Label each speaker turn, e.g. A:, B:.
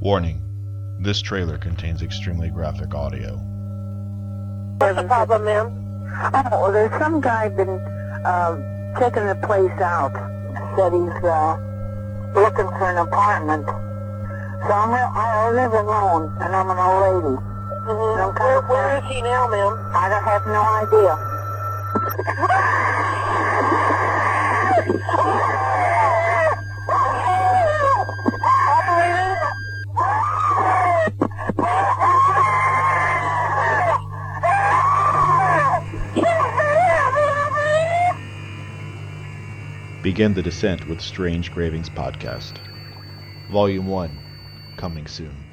A: Warning this trailer contains extremely graphic audio.
B: What's the problem, ma'am?
C: Oh, well, there's some guy been uh, checking the place out. Said he's uh, looking for an apartment. So I'm re- I I live alone, and I'm an old lady. No
B: Mm-hmm. Where,
C: problem.
B: where is he now, ma'am?
C: I don't have no idea.
B: Operator?
A: Begin the descent with Strange Gravings Podcast. Volume 1, coming soon.